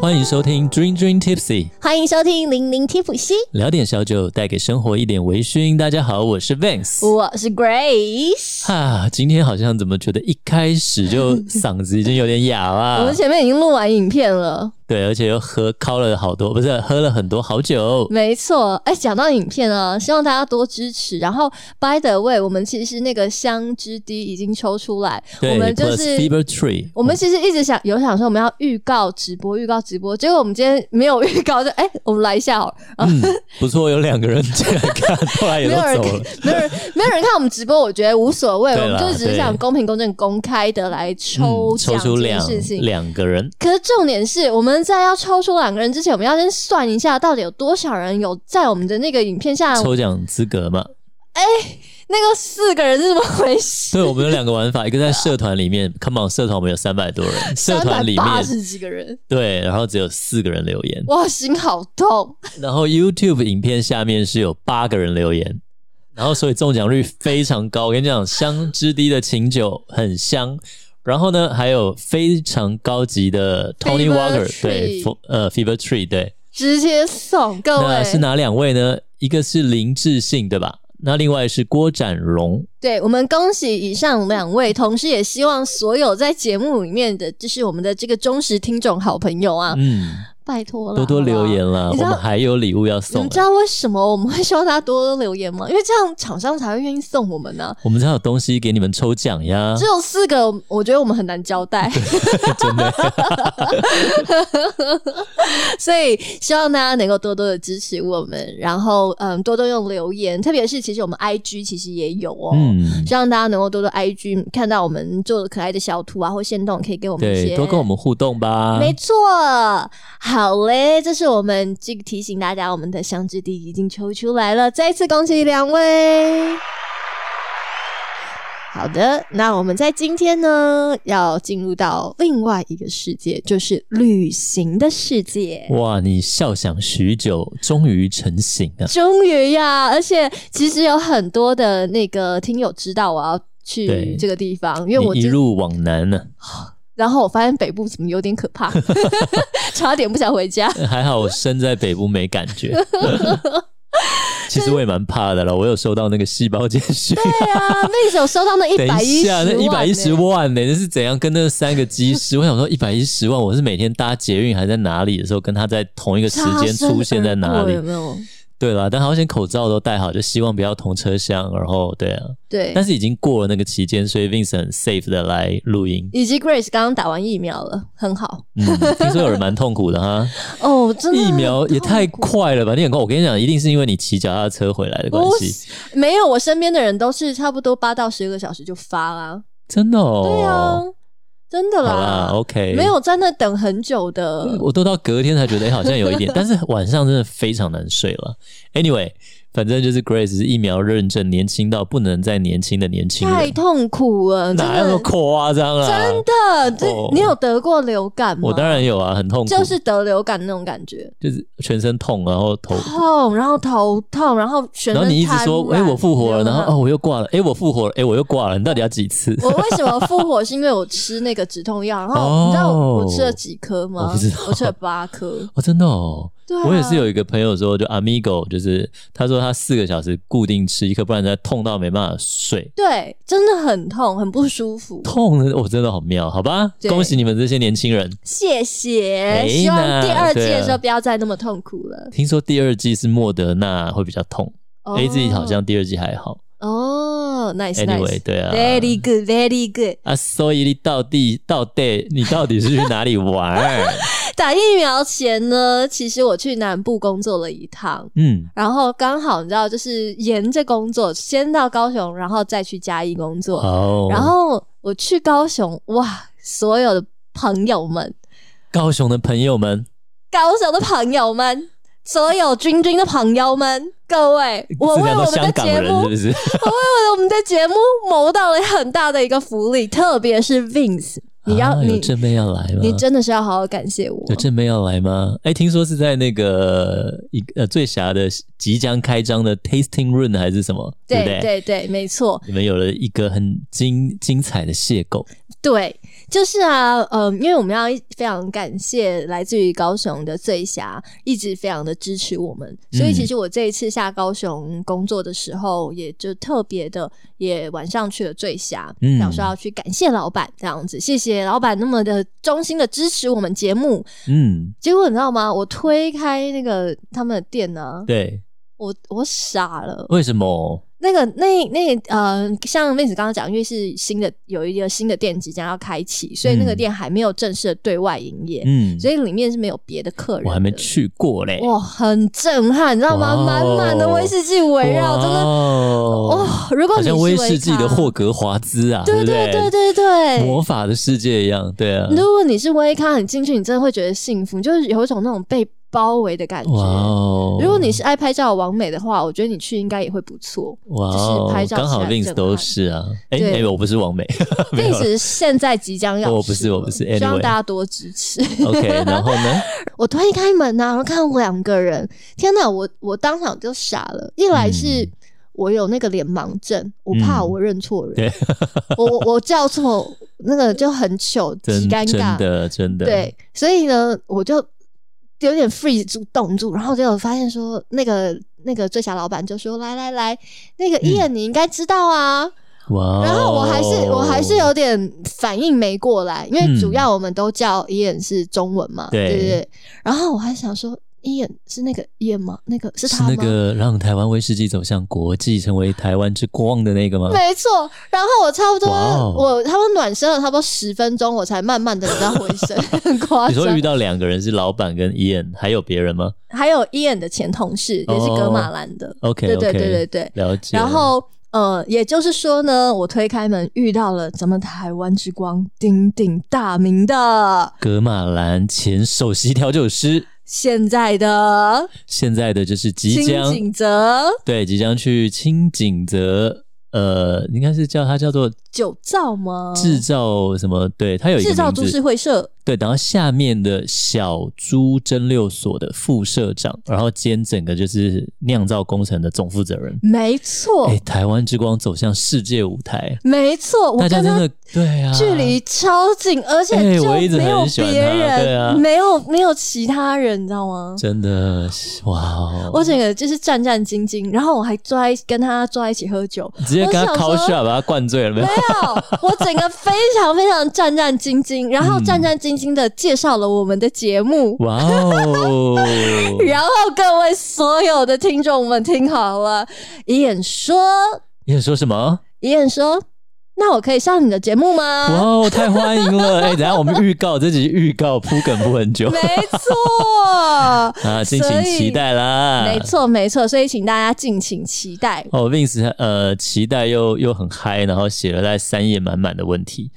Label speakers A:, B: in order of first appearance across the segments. A: 欢迎收听 Dream Dream Tipsy，
B: 欢迎收听零零贴谱西，
A: 聊点小酒，带给生活一点微醺。大家好，我是 Vance。
B: 我是 Grace。
A: 哈，今天好像怎么觉得一开始就嗓子已经有点哑
B: 我
A: 了
B: 们？前面已经录完影片了，
A: 对，而且又喝靠了好多，不是喝了很多好酒。
B: 没错。哎，讲到影片啊，希望大家多支持。然后，by the way，我们其实那个香之滴已经抽出来，
A: 对
B: 我们就
A: plus
B: 是
A: Fever Tree，
B: 我们其实一直想有想说我们要预告直播，预告直播，结果我们今天没有预告，就哎，我们来一下好了。
A: 不错，有两个人进来看，后来也
B: 没
A: 都
B: 有人
A: 哎走
B: 看
A: 了。，
B: 没有人，没有人看我们直播，我觉得无所谓，
A: 对
B: 我
A: 啦
B: 们就只是想
A: 对
B: 公平、公正、公开的来抽
A: 嗯，抽
B: 奖这
A: 出
B: 件
A: 两
B: 事情。
A: 两个人，
B: 可是重点是，我们在要抽出两个人之前，我们要先算一下，到底有多少人有在我们的那个影片下，
A: 抽奖资格嘛。
B: 那个四个人是怎么 回事？
A: 对，我们有两个玩 法，一个在社团里面，Come on，社团我们有三百多人，社团里
B: 八
A: 面
B: 十几个人，
A: 对，然后只有四个人留言，
B: 哇，心好痛！
A: 然后 YouTube 影片下面是有八个人留言，然后所以中奖率非常高。我跟你讲，香之滴的琴酒很香。然后呢，还有非常高级的 Tony
B: Fever
A: Walker，对
B: Tree，
A: 呃，Fever Tree，对，
B: 直接送各
A: 那是
B: 位，
A: 哪两位呢？一个是林志信，对吧？那另外是郭展荣，
B: 对我们恭喜以上两位，同时也希望所有在节目里面的，就是我们的这个忠实听众好朋友啊，
A: 嗯，
B: 拜托了，
A: 多多
B: 好不好
A: 留言啦，我
B: 你知道
A: 们还有礼物要
B: 你
A: 送
B: 们。知道为什么我们会希望大家多多留言吗？因为这样厂商才会愿意送我们呢、啊
A: 我们才有东西给你们抽奖呀
B: 只！有四个，我觉得我们很难 交代，
A: 啊真的，
B: 所以希望大家能够多多的支持我们，然后嗯，多多用留言，特别是其实我们 IG 其实也有哦。
A: 嗯，
B: 希望大家能够多多 IG 看到我们做的可爱的小图啊，或线动，可以给我们一
A: 对，
B: 些
A: 多跟我们互动吧。
B: 没错，好嘞，这是我们这个提醒大家，我们的香之地已经抽出来了，再次恭喜两位。好的，那我们在今天呢，要进入到另外一个世界，就是旅行的世界。
A: 哇，你笑想许久，终于成型啊！
B: 终于呀！而且其实有很多的那个听友知道我要
A: 对
B: 去这个地方，因为我
A: 你一
B: 之
A: 路往南啊呢、
B: 然后我发现北部怎么有点可怕， 差点不想回家。
A: 还好我身在北部没感 觉。其实我也蛮怕的了，我有收到那个细胞简 讯。
B: 对啊，妹子有收到那 一
A: 等
B: 百
A: 一
B: 一十
A: 下，
B: 万、
A: 那
B: 欸，
A: 一百一十万呢、那是怎样跟那三个机师？ 我想说，一百一十万，我是每天搭捷运还在哪里的时候，跟他在同一个时间出现在哪
B: 擦身而 过
A: 里
B: 哦有？没有？
A: 对啦，但好险口罩都戴好，就希望不要同车厢。然后对啊，
B: 对
A: 但，是已经过了那个期间，所以 Vincent 很 safe 的来录音。
B: 以及 Grace 刚刚打完疫苗了，很好
A: 嗯，听说有人蛮痛苦的 哈，
B: 哦，真的
A: 疫苗也太
B: 很痛苦
A: 快了吧！你很快，我跟你讲，一定是因为你骑脚踏车回来的关
B: 不
A: 系，
B: 没有，我身边的人都是差不多八到十个小时就发啦，
A: 真的哦。
B: 对啊，真的
A: 好啦
B: 啦，
A: ，OK，嗯
B: 没有嗯在那等很久的，
A: 我都到隔天才觉得，哎、好像有一点，但是晚上真的非常难睡了。Anyway，反正就是 Grace 是疫苗认证，年轻到不能再年轻的年轻
B: 太
A: 人，
B: 痛苦了，真
A: 哪有那么
B: 的
A: 夸张啊？
B: 真的，这、
A: 哦
B: 你有得过流感吗？
A: 我当然有啊，很痛苦，
B: 就是得流感那种感觉，
A: 就是全身痛，然后头。
B: 痛，然后头痛，然后全身
A: 哦然后你一直
B: 啊瘫
A: 说，
B: 软
A: 哎、我复活了，
B: 流
A: 然后
B: 汗
A: 哦，我又挂了，哎、我复活了，哎、我又挂了，你到底要几次？
B: 我为什么复活？是因为我吃那个止痛药，然后
A: 哦
B: 你知道我我吃了几颗吗？
A: 我不知道
B: 我吃了八颗。
A: 哦，真的哦，
B: 对、啊，
A: 我也是。有一个朋友说，就 Amigo，就是他说他四个小时固定吃一颗，不然他痛到没办法睡。
B: 对，真的很痛，很不舒服。
A: 痛的，我、真的好妙，好吧？
B: 对
A: 恭喜你们这些年轻人！
B: 谢谢，
A: 没
B: 希望
A: 呢
B: 第二季
A: 对啊
B: 的时候不要再那么痛苦了。
A: 听说第二季是莫德纳会比较痛、
B: 哦
A: a Z 好像第二季还好。
B: 哦，nice
A: Anyway，对啊。
B: nice，very good，very good。
A: 啊，所以你到底到底你到底是去哪里 玩？
B: 打疫苗前呢，其实我去南部工作了一趟。
A: 嗯，
B: 然后刚好你知道，就是沿着工作，先到高雄，然后再去嘉义工作。
A: 哦，
B: 然后我去高雄，哇，所有的朋友们，
A: 高雄的朋友们，
B: 高雄的朋友们，所有君君的朋友们，各位，我为
A: 这
B: 我
A: 都
B: 们的
A: 香港
B: 节
A: 人
B: 目，
A: 是不是？
B: 为我们的节目谋到了很大的一个福利，特别是 Vince，你要、
A: 啊、有
B: 你
A: 正妹要来吗？
B: 你真的是要好好感谢我
A: 有。正妹要来吗？哎、听说是在那个一个呃醉侠的即将开张的 tasting room 还是什么？对不
B: 对对对，没错，
A: 你们有了一个很精精彩的邂逅，
B: 对，就是啊，嗯，因为我们要一非常感谢来自于高雄的醉侠，一直非常的支持我们，所以其实我这一次下高雄工作的时候，也就特别的也晚上去了醉侠，
A: 嗯
B: 想说要去感谢老板这样子，谢谢老板那么的衷心的支持我们节目。
A: 嗯，
B: 结果你知道吗？我推开那个他们的店呢、
A: 对，
B: 我我傻了，
A: 为什么？
B: 那个那那呃，像妹子刚刚讲，因为是新的有一个新的店即将要开启，所以那个
A: 嗯
B: 店还没有正式的对外营业，
A: 嗯，
B: 所以里面是没有别的客人。
A: 我还没，去过嘞，
B: 哇，很震撼，你知道吗？
A: 哇
B: 满
A: 哦
B: 满的威士忌围绕，真的
A: 哦
B: 哦，。如果
A: 好
B: 你
A: 像
B: 是
A: 威
B: 维
A: 士忌
B: 咖
A: 的霍，格华兹啊，
B: 对
A: 不
B: 对对对对。
A: 魔法的世界一样，对啊，
B: 如果你是威咖，你进去你真的会觉得幸福，就是有一种那种被包围的感
A: 哇
B: 觉。
A: 哦！
B: 如果你是爱拍照的王美的话，我觉得你去应该也会不错。
A: 哇
B: 就是
A: 哦
B: 拍，照
A: 刚好
B: 起来
A: Lins
B: 震
A: 都
B: 撼
A: 是啊，哎
B: 对
A: 哎，我不是王美 没有
B: 定
A: 啦
B: 只是现在即将要试了，
A: 啊哦我不是我不是
B: 希望
A: anyway
B: 大家多支持。
A: ，OK，然后呢？
B: 我推开门呐、然后看到两个人，天哪，我我当场就傻了。一来是
A: 嗯
B: 我有那个脸盲症，我怕
A: 嗯
B: 我认错人，
A: 对
B: 我我我叫错那个就很糗，极
A: 真
B: 尴
A: 真
B: 尬。
A: 的真的，
B: 对，所以呢，我就有点 freeze 住冻住，然后结果发现说，那个那个醉侠老板就说：“来来来，那
A: 嗯
B: 个伊恩你应该知道啊。
A: 哇哦！
B: 然后我还是我还是有点反应没过来，因为主要我们都叫 Ian 是中文嘛，
A: 嗯对
B: 对不对？然后我还想说，Ian 是那个 Ian 吗？那个是
A: 是
B: 他吗？
A: 那个让台湾威士忌走向国际，成为台湾之光的那个吗？
B: 没错，然后我差不多，
A: 哇哦
B: 我他们暖身了差不多十分钟，我才慢慢的然后回 神，很夸
A: 你说
B: 张
A: 遇。到两个人是老板跟 Ian，还有别人吗
B: 还有 Ian 的前同事也是格马
A: 哦
B: 兰的，
A: ？OK，
B: 对对
A: OK，
B: 对对对。
A: 了解。
B: 然后呃，也就是说呢，我推开门遇到了咱们台湾之光鼎鼎大名的
A: 格马兰前首席调酒师，
B: 现在的
A: 现在的就是即
B: 金
A: 将
B: 景泽
A: 对即将去清景泽，呃，应该是叫它叫做
B: 酒造吗？
A: 制造什么？对，它有一个
B: 制造
A: 名
B: 株式
A: 字。
B: 会社，
A: 对，然后下面的小猪蒸馏所的副社长，然后兼整个就是酿造工程的总负责人。
B: 没错，
A: 哎、台湾之光走向世界舞台，
B: 没错，
A: 大
B: 我
A: 家
B: 跟
A: 真
B: 他
A: 的对啊，
B: 距离超近，而且
A: 哎
B: 就
A: 我一直
B: 没有
A: 很喜欢
B: 别
A: 他对
B: 人，
A: 啊
B: 没有没有其他人，你知道吗？
A: 真的哇哦！
B: 我整个就是战战兢兢，然后我还坐在跟他坐在一起喝酒，
A: 直接跟他
B: 我想
A: call
B: 说
A: shot 把他灌醉了没有
B: 没？有，我整个非常非常战战兢兢，然后
A: 嗯
B: 战战兢兢的介绍了我们的节目，
A: 哇 哦！
B: 然后各位所有的听众们听好了，一眼说
A: 你想说什么？
B: 怡燕说：“那我可以上你的节目
A: 哇
B: 吗
A: 哦，太欢迎了！哎、等一下我们预告这集预告铺梗铺很？”久
B: 没错，
A: 啊，敬
B: 所
A: 请
B: 以
A: 期待啦！
B: 没错，没错。所以请大家敬请期待。
A: 哦，Vince 呃，期待又又很嗨，然后写了在三页满满的问题，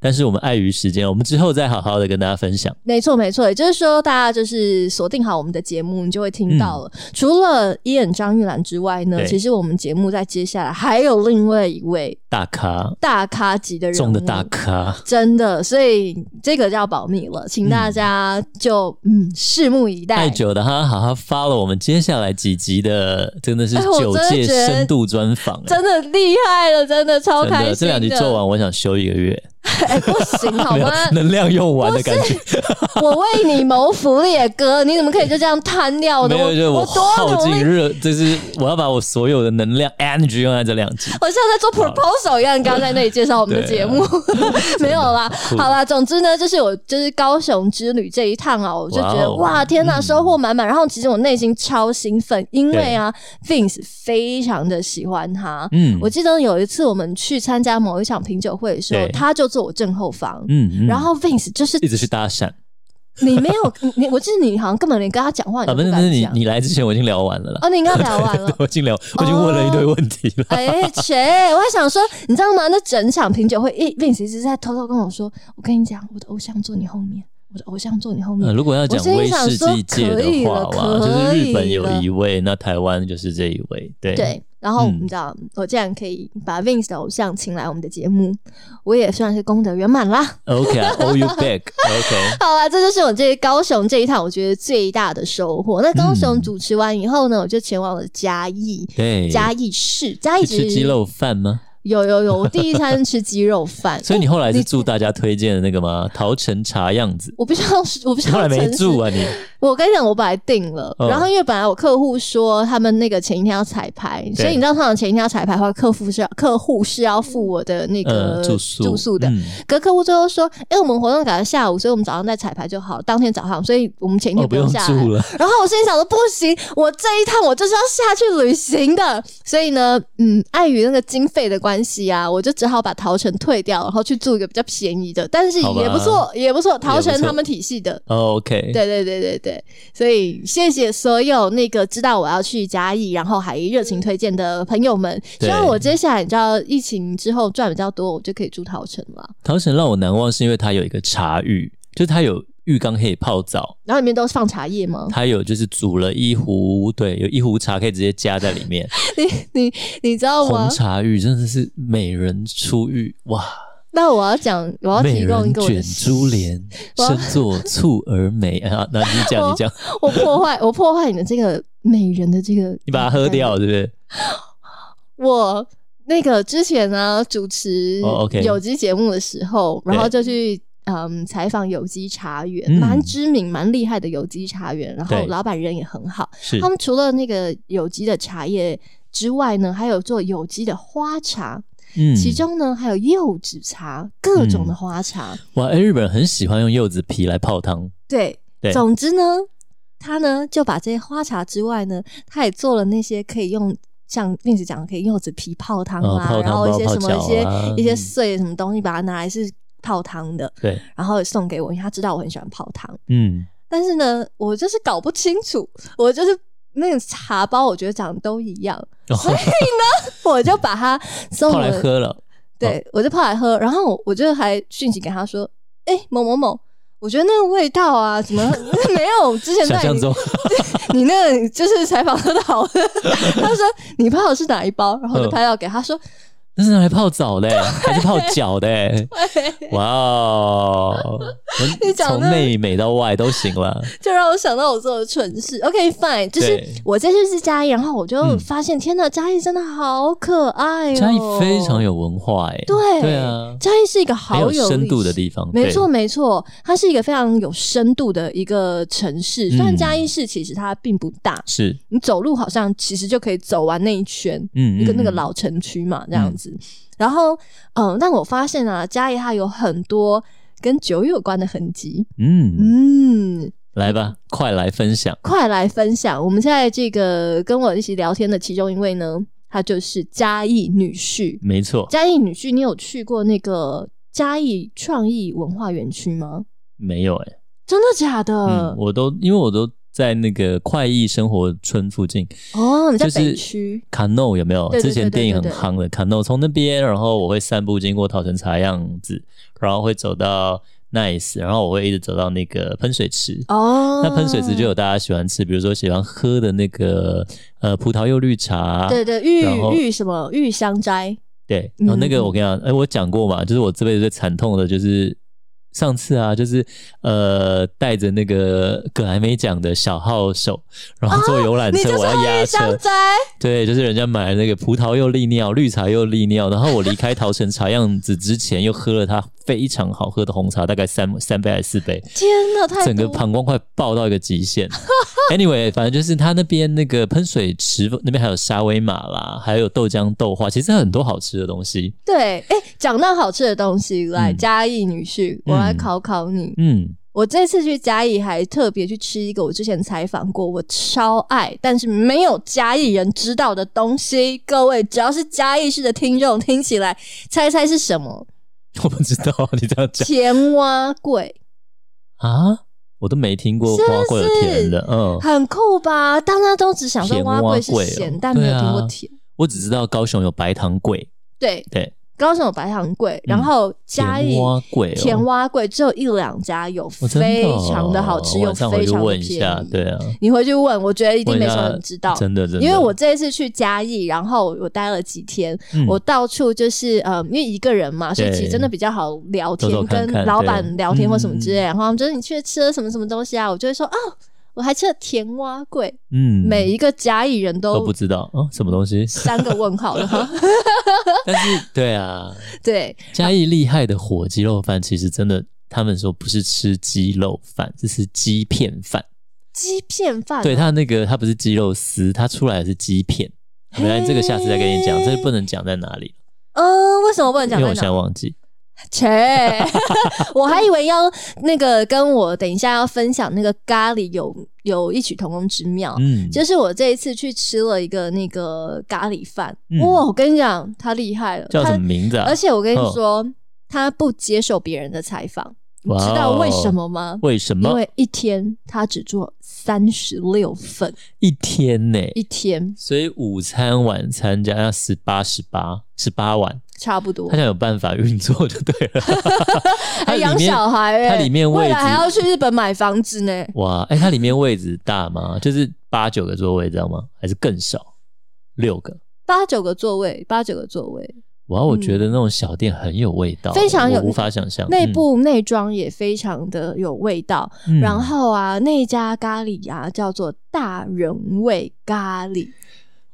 A: 但是我们碍于时间，我们之后再好好的跟大家分享。
B: 没错，没错，也就是说，大家就是锁定好我们的节目，你就会听到了。除了伊眼张玉兰之外呢，
A: 嗯对
B: 其实我们节目在接下来还有另外一位
A: 大咖
B: 大咖级的人物，
A: 中的大咖，
B: 真的，所以这个就要保密了，请大家就嗯拭目以
A: 爱
B: 待。
A: 酒的哈，好好发了我们接下来几集的，真的是
B: 哎我
A: 酒
B: 真的
A: 界
B: 觉得
A: 深度专访、哎
B: 真的厉害了，真的超
A: 真
B: 开
A: 的，
B: 心
A: 这两集做完，我想休一个月，
B: 哎，不行好
A: 没有
B: 吗？
A: 能量用完的感觉。
B: 我为你谋福利耶，哥，你怎么可以就这样贪掉呢？
A: 没有，就是
B: 哦我
A: 我耗
B: 多努
A: 尽
B: 力，
A: 热，就是我要把我所有的能量 energy 用在这两集。
B: 我像在做 proposal 一样，刚刚在那里介绍我们的节目，
A: 啊
B: 没 有啦。好啦，总之呢，就是我就是高雄之旅这一趟啊，我就觉得
A: 哇哦
B: 哇，天哪，收获满满。然后其实我内心超兴奋，因为啊，Vince 非常的喜欢他。
A: 嗯，
B: 我记得有一次我们去参加某一场品酒会的时候，
A: 对
B: 他就坐我正后方。
A: 嗯，嗯
B: 然后 Vince 就是
A: 一直去搭讪。
B: 你没有你，你我记得你好像根本连跟他讲话你
A: 啊，
B: 都
A: 不
B: 不
A: 是，不
B: 敢
A: 是你
B: 讲。
A: 你来之前我已经聊完了啦，
B: 哦，你应该聊完了
A: 。我已经聊，我已经问了一堆问题了。
B: 哎，切！我还想说，你知道吗？那整场品酒会，一 Vince 一直在偷偷跟我说：“我跟你讲，我的偶像坐你后面，我的偶像坐你后 面。
A: 呃，如果要讲
B: 我
A: 威
B: 心里想
A: 士
B: 说
A: 忌界
B: 可以
A: 的话
B: 了
A: 哇，就
B: 可
A: 是
B: 以
A: 日本有
B: 了
A: 一位，那台湾就是这一位，对
B: 对，然后
A: 嗯
B: 你知道，我竟然可以把 Vince 的偶像请来我们的节目，我也算是功德圆满啦。
A: ，OK，I owe 啊 you back，OK，
B: 好啦，这就是我这高雄这一趟我觉得最大的收获。那高雄
A: 嗯
B: 主持完以后呢，我就前往了嘉义，
A: 对，
B: 嘉义市，嘉义
A: 去吃
B: 其实
A: 鸡肉饭吗？，
B: 有有有，我第一餐吃鸡肉饭
A: 所以你后来是住大家推荐的那个吗？桃城茶样子，
B: 我不知道，我不知
A: 你后
B: 道
A: 来没
B: 诚实
A: 住啊你？
B: 我跟你讲，我本来定了，
A: 嗯
B: 然后因为本来我客户说他们那个前一天要彩排，所以你知道，通常前一天要彩排的话，客户是要客户是要付我的那个
A: 呃，住宿
B: 住宿的。
A: 嗯
B: 可客户最后说：“哎、我们活动改到下午，所以我们早上再彩排就好，当天早上，所以我们前一
A: 哦
B: 天
A: 不
B: 用
A: 用
B: 下来。
A: 住了，
B: 然后我心里想说：“不行，我这一趟我就是要下去旅行的。”所以呢，嗯，碍于那个经费的关系啊，我就只好把桃城退掉，然后去住一个比较便宜的，但是
A: 好吧
B: 也不错，也不错，桃
A: 也不
B: 城
A: 错
B: 他们体系的。
A: 哦 OK，
B: 对对对对对，所以谢谢所有那个知道我要去嘉义，然后还热情推荐的朋友们。希
A: 对
B: 望我接下来你知道疫情之后赚比较多，我就可以住桃城了。
A: 桃城让我难忘是因为它有一个茶浴，就是它有浴缸可以泡澡，
B: 然后里面都是放茶叶吗？
A: 它有就是煮了一壶，对，有一壶茶可以直接加在里面，
B: 你你你知道
A: 红
B: 吗？
A: 茶浴真的是美人出浴哇，
B: 那我要讲，我要
A: 美
B: 提供一
A: 人
B: 个我
A: 卷，
B: 的
A: 珠帘，
B: 我
A: 身作蹙而美 啊，那你讲
B: 我
A: 你讲，
B: 我破坏我破坏你的这个美人的这个，
A: 你把它喝掉，对不对？
B: 我那个之前呢、主持
A: 哦，OK
B: 有机节目的时候，然后就去嗯采访有机茶园，蛮
A: 嗯
B: 知名、蛮厉害的有机茶园，然后
A: 对
B: 老板人也很好。
A: 是
B: 他们除了那个有机的茶叶之外呢，还有做有机的花茶，
A: 嗯
B: 其中呢还有柚子茶，各种的花茶。
A: 哇，哎、日本人很喜欢用柚子皮来泡汤，
B: 对，
A: 对
B: 总之呢，他呢就把这些花茶之外呢，他也做了那些可以用。像令子讲，可以柚子皮泡汤
A: 哦
B: 啊，
A: 泡汤
B: 然后一些
A: 包
B: 什么一些、
A: 泡脚啊
B: 一些
A: 嗯
B: 碎什么东西，把它拿来是泡汤的，
A: 对，
B: 然后送给我，因为他知道我很喜欢泡汤。
A: 嗯，
B: 但是呢，我就是搞不清楚，我就是那个茶包，我觉得长得都一样，
A: 哦、
B: 我就把它送
A: 泡
B: 我
A: 来喝了，
B: 对，我就泡来喝，然后我就还讯息给他说：“哎、某某某，我觉得那个味道啊，怎么 没有之前
A: 想
B: 在
A: 象
B: 你
A: 中
B: 你那个就是采访喝的好的？” 他说：“你泡的是哪一包？”然后我就
A: 嗯
B: 拍照给他说
A: 那是拿来泡澡 的、还是泡脚的、：“
B: 哎、
A: 哇哦，
B: 你讲
A: 从
B: 那
A: 内美到外都行了，
B: 就让我想到我做的蠢事。”OK fine，就是
A: 对
B: 我这次是嘉义，然后我就
A: 嗯
B: 发现、天呐，嘉义真的好可爱、哦，
A: 嘉义非常有文化、哎，
B: 对
A: 对啊，
B: 嘉义是一个
A: 很
B: 好
A: 有深
B: 历
A: 度的
B: 史
A: 地方，
B: 没
A: 哦对
B: 错，，没错，它是一个非常有深度的一个城市。虽然
A: 嗯
B: 嘉义市其实它并不大，
A: 是，
B: 你走路好像其实就可以走完那一圈，
A: 嗯，
B: 一个那个
A: 嗯，
B: 老城区嘛，这样子。然后，嗯、但我发现啊，嘉义它有很多跟酒有关的痕迹。
A: 嗯，
B: 嗯，
A: 来吧，快来分享，
B: 快来分享！我们现在这个跟我一起聊天的其中一位呢，她就是嘉义女婿。
A: 没错，
B: 嘉义女婿，你有去过那个嘉义创意文化园区吗？
A: 没有、哎。
B: 真的假的
A: 嗯，？我都因为我都在那个快意生活村附近，
B: 哦，你在
A: 就是
B: 北区，
A: 卡诺有没有？
B: 对对对
A: 之前电影很
B: 对对对
A: 夯的卡诺，从那边，然后我会散步经过桃城茶样子，然后会走到 Nice，然后我会一直走到那个喷水池。
B: 哦，
A: 那喷水池就有大家喜欢吃，比如说喜欢喝的那个呃葡萄柚绿茶，
B: 对对
A: 啊然后
B: 玉玉什么玉香斋，
A: 对，然后那
B: 嗯
A: 个我跟你讲，哎、我讲过嘛，就是我这辈子最惨痛的就是上次啊，就是呃带着那个葛还没讲的小号手，然后坐游览
B: 哦你
A: 车，
B: 就是
A: 我
B: 喝
A: 要
B: 玉
A: 压车
B: 香，斋，
A: 对，就是人家买那个葡萄柚利尿，绿茶又利尿，然后我离开桃城茶样子之前，又喝了它非常好喝的红茶，大概三三杯还是四杯，
B: 天哪，太
A: 整个
B: 多
A: 膀胱快爆到一个极 限。anyway，反正就是它那边那个喷水池那边还有沙威玛啦，还有豆浆豆花，其实很多好吃的东西。
B: 对。哎，讲到好吃的东西，来
A: 嗯
B: 嘉义女婿，我来
A: 嗯
B: 考考你。
A: 嗯，
B: 我这次去嘉义还特别去吃一个我之前采访过我超爱，但是没有嘉义人知道的东西。各位，只要是嘉义市的听众，听起来猜猜是什么？
A: 我不知道你这样讲
B: 甜蛙粿。
A: 啊，我都没听过
B: 是不
A: 花桂有甜的，嗯，
B: 很酷吧？大家都只想说
A: 甜
B: 蛙
A: 蛙
B: 桂是
A: 粿哦
B: 咸，但没有
A: 对啊
B: 听过甜。
A: 我只知道高雄有白糖桂，
B: 对，
A: 对，
B: 高雄有白糖桂，然后嘉
A: 嗯
B: 义
A: 甜蛙桂哦
B: 甜蛙桂只有一两家有，
A: 我真的
B: 非
A: 哦
B: 常的好吃，又
A: 晚上回
B: 非
A: 去
B: 常的
A: 问
B: 便
A: 一
B: 宜。
A: 下，对啊，
B: 你回去问，我觉得一定
A: 问一
B: 没什么
A: 下
B: 人知道。
A: 真的真的，
B: 因为我这一次去嘉义，然后我待了几天，
A: 嗯
B: 我到处就是呃，因为一个人嘛，所以
A: 对
B: 其实真的比较好聊天，
A: 走走看看
B: 跟老板
A: 对
B: 聊天或什么之类。
A: 嗯
B: 啊然后他们就是你去吃了什么什么东西啊，我就会说哦，我还吃了甜蛙桂，
A: 嗯，
B: 每一个甲乙人
A: 都
B: 都？
A: 不知道哦，什么东西
B: 三个问号了哈。
A: 但是对啊，
B: 对，
A: 嘉义厉害的火鸡肉饭，其实真的，他们说不是吃鸡肉饭，是吃鸡片饭。
B: 鸡片饭、
A: 对，它那个，它不是鸡肉丝，它出来的是鸡片。
B: 嘿
A: 没来这个下次再跟你讲，这不能讲在哪里，
B: 嗯，为什么不能
A: 因
B: 讲
A: 为
B: 在
A: 我现在
B: 哪？
A: 忘记。
B: 切， 我还以为要那个跟我等一下要分享那个咖喱有有异曲同工之妙。
A: 嗯，
B: 就是我这一次去吃了一个那个咖喱饭，
A: 嗯
B: 哇！我跟你讲，他厉害了，
A: 叫什
B: 他
A: 么名字啊？
B: 而且我跟你
A: 哦
B: 说，他不接受别人的采访，你
A: 哇
B: 知
A: 哦
B: 道为什么吗？
A: 为什
B: 因
A: 么
B: 为一天他只做三十六份，
A: 一天呢？
B: 一天
A: 所以午餐、晚餐加上十八、十八、十八碗，
B: 差不多
A: 他。想有办法运作就对 了。它
B: 还
A: 里
B: 养
A: 面
B: 小孩、欸，
A: 它里面位
B: 未
A: 置
B: 来还要去日本买房子呢。
A: 哇，哎、它里面位置大吗？就是八九个座位，知道吗？还是更少？六个？
B: 八九个座位，八九个座位，
A: 哇，我觉得那种小店很有味道，
B: 嗯非常有
A: 我无法想象。
B: 内
A: 嗯、
B: 部内装也非常的有味道。
A: 嗯
B: 然后啊，那一家咖喱啊叫做大人味咖 喱，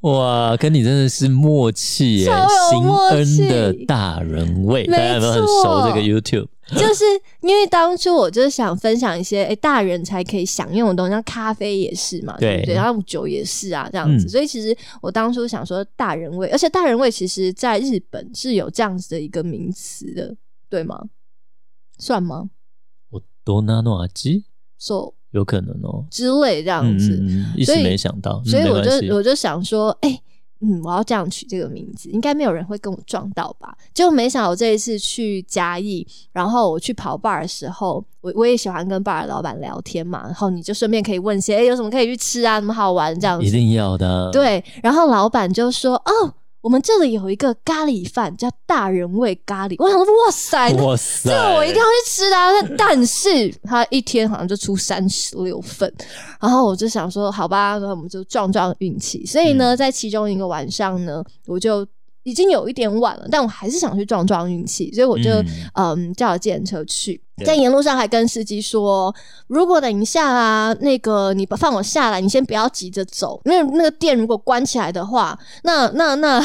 A: 哇，跟你真的是默契耶，
B: 超有
A: 行
B: 默契
A: 恩的大人味，
B: 没
A: 大家有没有很熟
B: 错
A: 这个 YouTube？
B: 就是因为当初我就是想分享一些诶、大人才可以享用的东西，像咖啡也是嘛，
A: 对
B: 对不对？然后酒也是啊，这样子。
A: 嗯
B: 所以其实我当初想说大人味，而且大人味其实在日本是有这样子的一个名词的，对吗？算吗？
A: 我多纳诺阿基
B: 说、
A: 有可能哦，
B: 之类这样
A: 嗯
B: 子。
A: 嗯嗯，一时
B: 所以
A: 没想到，嗯
B: 所以
A: 没
B: 我
A: 关系
B: 就我就想说，哎、嗯，我要这样取这个名字，应该没有人会跟我撞到吧？结果没想到我这一次去嘉义，然后我去跑 bar 的时候，我我也喜欢跟 bar 的老板聊天嘛，然后你就顺便可以问一些，哎、有什么可以去吃啊，什么好玩这样
A: 一
B: 子。
A: 定要的啊，
B: 对，然后老板就说，哦。我们这里有一个咖喱饭，叫大人味咖喱。我想说，哇塞，哎那
A: 哇塞，
B: 这个我一定要去吃的、啊。但但是他一天好像就出三十六份，然后我就想说，好吧，那我们就撞撞运气。所以呢，在其中一个晚上呢，我就已经有一点晚了，但我还是想去撞撞运气，所以我就
A: 嗯
B: 嗯叫了计程车去。
A: 对
B: 在沿路上还跟司机说，如果等一下啊，那个你放我下来，你先不要急着走，因为那个店如果关起来的话，那那那，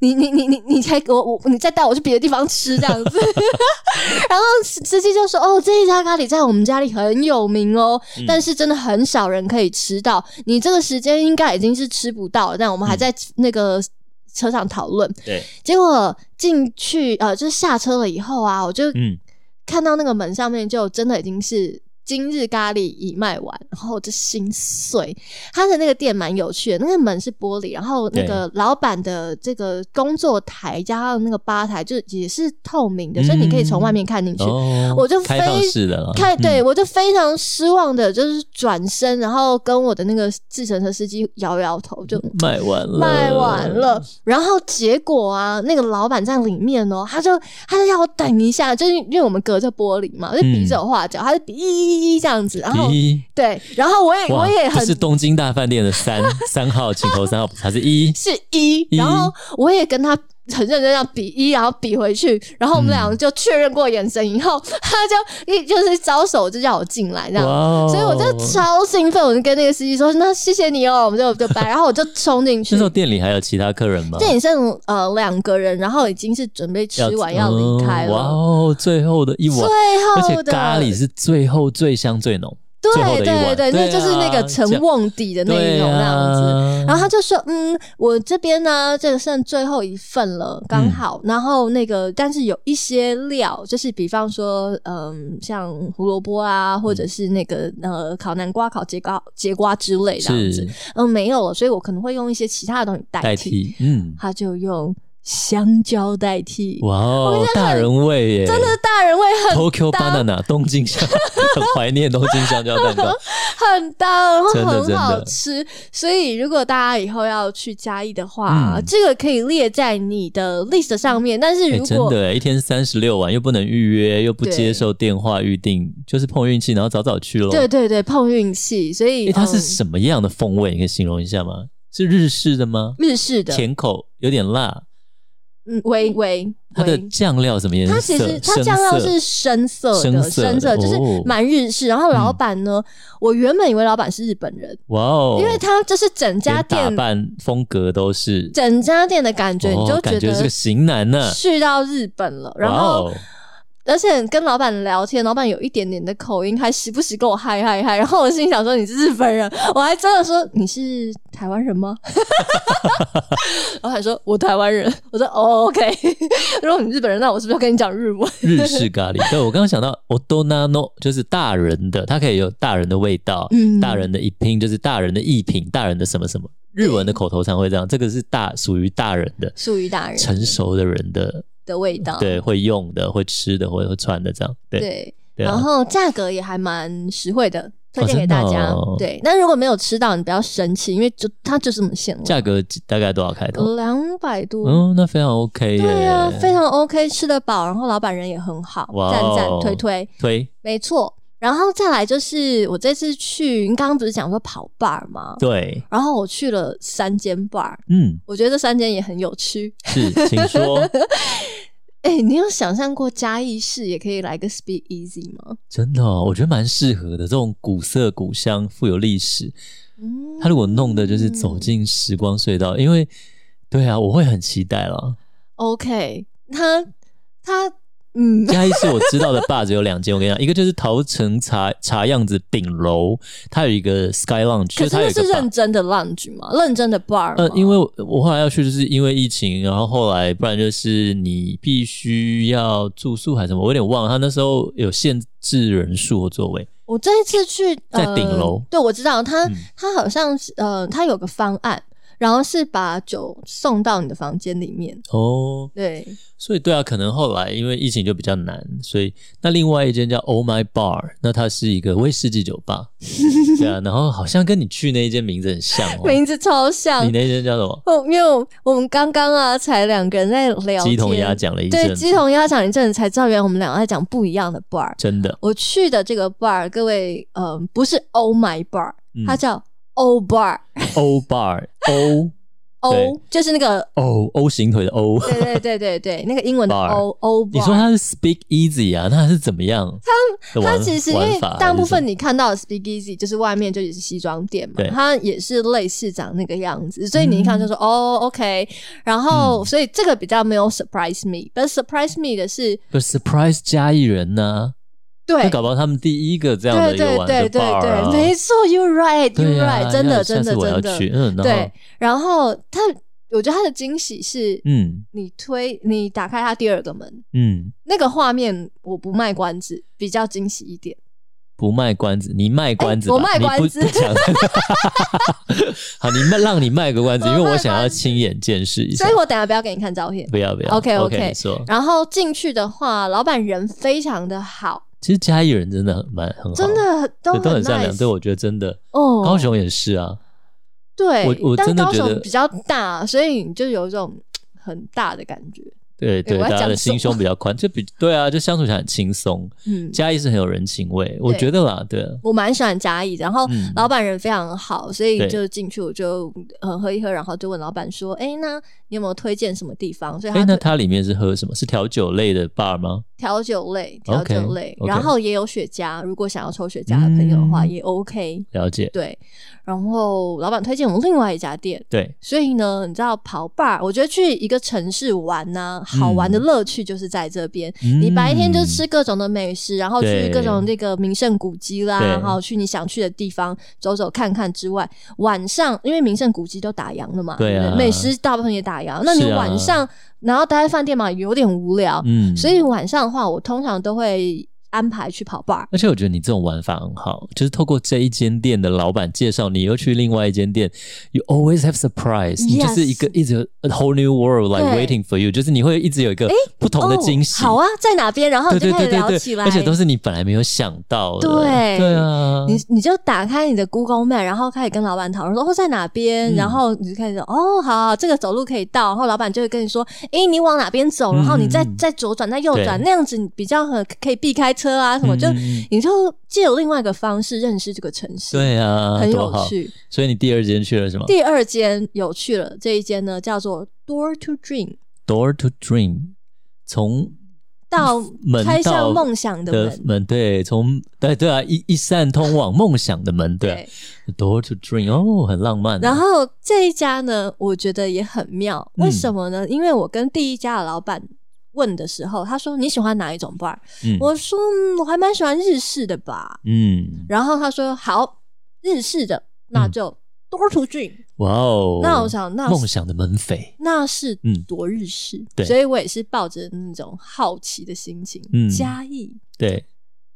B: 你你你你你才给我我你再带我去别的地方吃这样子。 然后司司机就说：“哦，这一家咖喱在我们家里很有名哦，
A: 嗯
B: 但是真的很少人可以吃到。你这个时间应该已经是吃不到了，但我们还在
A: 嗯
B: 那个车上讨论。
A: 对，
B: 结果进去呃，就是下车了以后啊，我就
A: 嗯，
B: 看到那个门上面就真的已经是。今日咖喱已卖完，然后我就心碎。他的那个店蛮有趣的，那个门是玻璃，然后那个老板的这个工作台加上那个吧台，就也是透明的，所以你可以从外
A: 嗯
B: 面看进去。
A: 哦，
B: 我就非
A: 开放式的了，
B: 开
A: 嗯
B: 对、我就非常失望的，就是转身，然后跟我的那个计程车司机摇摇头，就
A: 卖完了，
B: 卖完了。然后结果啊，那个老板在里面哦，他就他就要我等一下，就是因为我们隔着玻璃嘛，就
A: 嗯
B: 比手画脚，他就比一一一这样子，然后
A: 咦。
B: 对，然后我也
A: 哇
B: 我也
A: 不
B: 很
A: 是东京大饭店的 三三号请头三号，不是它是一
B: 是一，
A: 一
B: 然后我也跟他。很认真这样比一，然后比回去，然后我们
A: 嗯
B: 两个就确认过眼神以后，他就一就是招手就叫我进来这样，
A: 哦
B: 所以我就超兴奋，我就跟那个司机说：“那谢谢你哦。”我们就就拜，然后我就冲进去
A: 那时。候店里还有其他客人吗？
B: 这也剩呃两个人，然后已经是准备吃完要离开
A: 嗯哇
B: 了。
A: 哦，最后的一碗，而
B: 最
A: 且
B: 后的
A: 咖喱是最后最香最浓，最后的
B: 对
A: 一碗
B: 对对，
A: 对啊
B: 那就是那个陈瓮底的那一
A: 对
B: 种那样子。
A: 啊
B: 然后他就说：“嗯，我这边呢，这个剩最后一份了，刚好。
A: 嗯
B: 然后那个，但是有一些料，就是比方说，嗯，像胡萝卜啊，或者是那个呃烤南瓜、烤节瓜、节瓜之类这样子
A: 是。
B: 嗯，没有了，所以我可能会用一些其他的东西
A: 代替，嗯，
B: 他就用香蕉代替。
A: 哇哦，大人味耶，真的
B: 大人味很
A: Tokyo Banana 东京香， 很怀念东京香蕉 蛋糕，
B: 很搭，然后
A: 真的
B: 很
A: 真
B: 好
A: 的
B: 吃。所以如果大家以后要去嘉义的话，
A: 嗯
B: 这个可以列在你的 list 上面。但是
A: 哎、
B: 如
A: 真
B: 果、
A: 的耶，一天三十六晚，又不能预约，又不
B: 对
A: 接受电话预定，就是碰运气，然后早早去喽。
B: 对对对碰运气，所以、
A: 哎、它是
B: 嗯
A: 什么样的风味？你可以形容一下吗？是日式的吗？
B: 日式的，
A: 甜口，有点辣，
B: 嗯，微微
A: 它的
B: 微。
A: 酱料什么颜色？
B: 它其实它
A: 深
B: 酱
A: 色
B: 料是深色的，
A: 深
B: 深
A: 色的
B: 就是
A: 哦嗯
B: 蛮日式。然后老板呢，我原本以为老板是日本人，
A: 哇哦，
B: 因为他就是整家
A: 连打
B: 店
A: 扮风格都是，
B: 整家店的感觉，你
A: 哦
B: 就
A: 感觉是个
B: 得
A: 型男呢。
B: 去到日本了。然
A: 哇
B: 后，
A: 哦，
B: 而且跟老板聊天，老板有一点点的口音，还时不时跟我嗨嗨 嗨。然后我心想说你是日本人，我还真的说你是台湾人吗？ 老板说我台湾人，我说哦 OK。如 果你日本人，那我是不是要跟你讲日文？
A: 日式咖 喱。对我刚刚想到 odonano，就是大人的，它可以有大人的味道，
B: 嗯
A: 大人的一拼就是大人的一品，大人的什么什么。日文的口头禅会这样，这个是大属于大人的、
B: 属于大人
A: 成熟的人的，
B: 的味道，
A: 对，会用的、会吃的、会会穿的这样，对。
B: 哦对
A: 对啊
B: 然后价格也还蛮实惠的，推荐给
A: 真的
B: 大家。
A: 哦
B: 对，但如果没有吃到，你不要生气，因为就它就这么限
A: 价格几大概多少开头？
B: 了，两百多。
A: 嗯，那非常 OK 耶。
B: 对啊，非常 OK，吃得饱，然后老板人也很好，
A: 哇
B: 赞
A: 哦
B: 赞推推，
A: 推
B: 没错。然后再来就是我这次去，你刚刚不是讲说跑 bar 吗？
A: 对，
B: 然后我去了三间 bar，
A: 嗯，
B: 我觉得这三间也很有趣。
A: 是，请说。
B: 哎，你有想象过嘉义市也可以来个 Speak Easy 吗？
A: 真的、哦，我觉得蛮适合的。这种古色古香、富有历史，
B: 嗯，
A: 它如果弄的就是走进时光隧道，因为对啊，我会很期待了。
B: OK，他他 嗯，
A: 嘉义市我知道的 bar 只有两间，我跟你讲，一个就是桃城茶茶样子顶楼，它有一个 Sky Lounge，就
B: 可
A: 是
B: 是
A: 它有
B: 那
A: 一个
B: 是
A: bar。
B: 认真的 lounge 吗？认真的 bar
A: 呃
B: 吗，
A: 因为我后来要去，就是因为疫情，然后后来不然就是你必须要住宿还是什么，我有点忘了。他那时候有限制人数和座位，
B: 我这一次去
A: 在顶楼
B: 呃，对我知道他
A: 嗯
B: 他好像是呃，他有个方案，然后是把酒送到你的房间里面。
A: 哦，
B: 对，
A: 所以对啊，可能后来因为疫情就比较难，所以那另外一间叫 Oh My Bar，那它是一个威士忌酒 吧，对啊，然后好像跟你去那一间名字很像哦，
B: 名字超像
A: 你。那间叫什么？
B: 哦，因为我我们刚刚啊，才两个人在聊
A: 鸡同鸭
B: 天，
A: 讲了一
B: 对，
A: 阵，
B: 鸡同鸭讲一阵子才知道，原来我们两个在讲不一样的 bar。
A: 真的，
B: 我去的这个 bar，各位，嗯、不是 Oh My Bar，、
A: 嗯
B: 它叫 Oh O Bar，O
A: O Bar O 对
B: 哦就是那个，
A: O O 型腿的 O，
B: 对对对对对，那个英文的
A: Bar
B: O O Bar。
A: 你说它是 Speak Easy 啊，那是怎么样？它
B: 它其实因为
A: 玩法啊
B: 大部
A: 还是什
B: 分
A: 么
B: 你看到的 Speakeasy 就是外面就也是西装店嘛
A: 对，
B: 它也是类似长那个样
A: 嗯
B: 子，所以你一看就说、哦 OK，然后、所以这个比较没有 surprise me，但 surprise me 的是
A: 不是 Surprise 嘉义人呢，
B: 对
A: 那搞不好他们第一个这样的
B: 对
A: 一个
B: 对
A: 玩的
B: 对对
A: bar 啊
B: 对，没错，you right，you
A: 对啊
B: right，真
A: 那
B: 的
A: 下
B: 真
A: 次
B: 的
A: 我要
B: 真
A: 去，嗯，
B: 的，
A: 然
B: 对
A: 后，
B: 然后它我觉得它的惊喜是
A: 嗯
B: 你推你打开它第二个门。
A: 嗯。
B: 那个画面我不卖关子，比较惊喜一点。
A: 不卖关子，你卖关子吧、
B: 哎我卖关子
A: 你不不 讲。好，你卖让你卖个关子，
B: 我
A: 因
B: 卖
A: 为我想要亲眼见识一下
B: 所以。我等一下不要给你看照片。
A: 不要不要
B: OK，OK
A: 你说，
B: 然后进去的话，老板人非常的好，
A: 其实嘉义人真的很蛮很好，
B: 真的都
A: 对都很
B: nice,
A: 善良。对，我觉得真的，
B: 哦，
A: 高雄也是啊，
B: 对，
A: 我我
B: 但
A: 真的
B: 高
A: 觉
B: 雄
A: 得
B: 比较大，所以你就有一种很大的感觉。
A: 对对，
B: 我要
A: 大家
B: 讲
A: 的
B: 什么
A: 心胸比较宽，就比对啊，就相处起来很轻松。
B: 嗯，
A: 嘉义是很有人情味，我
B: 对哦
A: 觉得啦，对啊，
B: 我蛮喜欢嘉义，然后
A: 嗯
B: 老板人非常好，所以
A: 对
B: 就进去我就呃喝一喝，然后就问老板说：“哎，那你有没有推荐什么地方？”所以
A: 哎、
B: 他
A: 那
B: 推
A: 它里面是喝什么？是调酒类的 bar 吗？
B: 调酒类，调
A: OK，
B: 酒类
A: OK
B: 然后也有雪茄，如果想要抽雪茄的朋友的话
A: 嗯
B: 也 OK。
A: 了解，
B: 对，然后老板推荐我另外一家店，
A: 对，
B: 所以呢，你知道跑 bar，我觉得去一个城市玩呐、好玩
A: 嗯
B: 的乐趣就是在这边。你白天就吃各种的美食，然后去
A: 对
B: 各种那个名胜古迹啦，
A: 对
B: 然后去你想去的地方走走看看之外，晚上因为名胜古迹都打烊了嘛，
A: 对啊
B: 不美食大部分也打烊，那你
A: 是啊
B: 晚上、然后待在饭店嘛，有点无聊，
A: 嗯，嗯
B: 所以晚上的话，我通常都会安排去跑 bar。
A: 而且我觉得你这种玩法很好，就是透过这一间店的老板介绍，你又去另外一间店，you always have surprise，、你就是一个一直有 a whole new world like
B: 对
A: waiting for you，就是你会一直有一个不同的惊喜。
B: 哦，好啊，在哪边？然后
A: 对
B: 你就
A: 对对
B: 开始聊
A: 对
B: 起
A: 对，
B: 来，
A: 而且都是你本来没有想到的。
B: 对
A: 对啊，
B: 你你就打开你的 Google Map，然后开始跟老板讨论说哦在哪边，
A: 嗯
B: 然后你就开始说哦好这个走路可以到，然后老板就会跟你说，诶你往哪边走，
A: 嗯
B: 然后你再
A: 嗯嗯
B: 再左转再右转，
A: 对
B: 那样子你比较很可以避开车啊什么，
A: 嗯
B: 就
A: 嗯嗯
B: 你就借由另外一个方式认识这个城市，
A: 对啊，
B: 很
A: 多
B: 有
A: 好。
B: 趣。
A: 所以你第二间去了什么
B: 第二间有趣了，这一间呢叫做 Door to Dream。
A: door to dream，从
B: 到
A: 门
B: 开
A: 到
B: 向梦想的
A: 的
B: 门。
A: 门，对，从对对啊，一一扇通往梦想的门，对啊，door to dream，哦，很浪漫啊。
B: 然后这一家呢，我觉得也很妙，
A: 嗯
B: 为什么呢？因为我跟第一家的老板问的时候，他说你喜欢哪一种 bar？、
A: 嗯，
B: 我说、嗯、我还蛮喜欢日式的吧。
A: 嗯，
B: 然后他说好，日式的那就多出郡，
A: 哇嗯哦，
B: 那我想那
A: 梦想的门扉，
B: 那是
A: 嗯
B: 多日式，
A: 对
B: 所以我也是抱着那种好奇的心情，
A: 嗯
B: 嘉义
A: 对，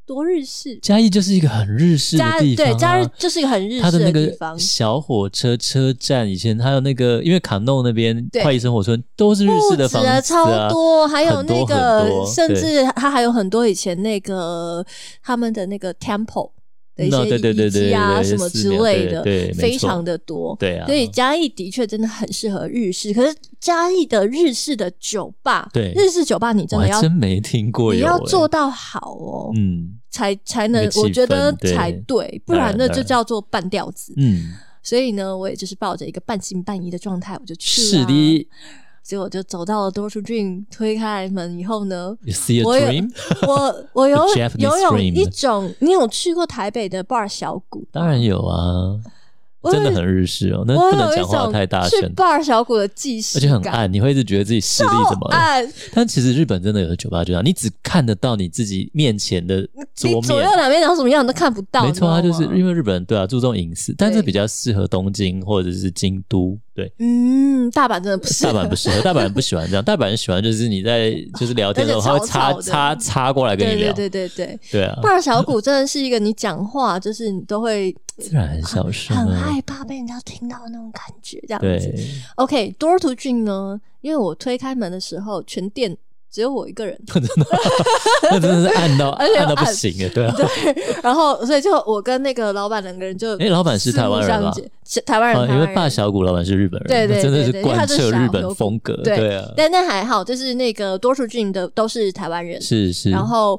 B: 多日式，
A: 嘉义就是一个很日式的
B: 嘉
A: 地方啊、
B: 对嘉义就是一个很日
A: 它
B: 式
A: 的那
B: 地
A: 个
B: 方，
A: 小火车车站以前还有那个，因为卡弄那边
B: 对
A: 快意生活村都是日式的
B: 不
A: 房子
B: 止啊
A: 啊，
B: 超多，还有
A: 很多
B: 那
A: 很
B: 个
A: 多，
B: 甚
A: 对
B: 至它还有很多以前那个他们的那个 temple 的一
A: 那对
B: 些
A: 对对
B: 遗迹啊
A: 对对对
B: 什么
A: 寺
B: 之
A: 庙
B: 类
A: 对
B: 的
A: 对没，错
B: 非常的多。
A: 对啊
B: 所以嘉义的确真的很适合日式，可是嘉义的日式的酒吧，
A: 对
B: 日式酒吧你真
A: 我
B: 的
A: 还
B: 要
A: 真没听过有、
B: 你
A: 欸，
B: 要做到好哦，
A: 嗯
B: 才才
A: 那
B: 能
A: 个气
B: 我觉得
A: 氛对
B: 才对，不
A: 当
B: 然
A: 然
B: 那
A: 当
B: 就
A: 然
B: 叫做半吊子。
A: 嗯，
B: 所以呢，我也就是抱着一个半信半疑的状态，我就去了。
A: 是的
B: 结果我就走到了多出郡，推开门以 后呢，
A: ，You see a
B: 我有
A: dream，
B: 我我有
A: The Japanese
B: 有有
A: dream
B: 一种，你有去过台北的 bar 小谷？
A: 当然有啊，
B: 我
A: 真的
B: 有
A: 很日式哦，那
B: 我
A: 不能
B: 有一
A: 讲话
B: 种
A: 太大
B: 去
A: 声，
B: bar 小谷的既视
A: 而且很
B: 感，啊
A: 暗，你会一直觉得自己视力怎么了？
B: 暗，
A: 但其实日本真的有的酒吧就这样，你只看得到你自己面前的
B: 你
A: 桌
B: 左右
A: 面。
B: 两边长什么样你都看不到。
A: 没错啊，
B: 你
A: 就
B: 知
A: 是
B: 道吗
A: 因为日本人对啊注重隐私，但
B: 对
A: 这比较适合东京或者是京都， 对，
B: 嗯，大阪真的不是
A: 大阪不适合，大阪人不喜欢这样，大阪人喜欢就是你 在就是聊天的时候，
B: 而
A: 他
B: 且
A: 会
B: 吵
A: 插
B: 吵的
A: 插插过来跟
B: 对
A: 你
B: 对
A: 聊，
B: 对对对
A: 对啊，
B: ，bar 小谷真的是一个你讲话就是你都会
A: 自然很小声
B: 很
A: 啊，
B: 害怕被人家听到的那种感觉，这样
A: 对，
B: 子。，OK，多尔图郡呢，因为我推开门的时候，全店只有我一个人
A: 真的，那真的是暗到
B: 而且又
A: 暗到不
B: 暗
A: 行啊，对啊，
B: 对，然后所以就我跟那个老板两个人就，
A: 哎老板是台湾人吧？
B: 是台湾人，
A: 啊，
B: 台
A: 因
B: 湾
A: 为
B: 人
A: 霸小谷老板是日本人，
B: 对对
A: 那真的
B: 对
A: 是
B: 对因为他
A: 贯
B: 是
A: 彻
B: 小
A: 日本
B: 牛
A: 风格，
B: 对
A: 对啊，
B: 但但还好，就是那个多数郡的都是台湾人，
A: 是是，
B: 然后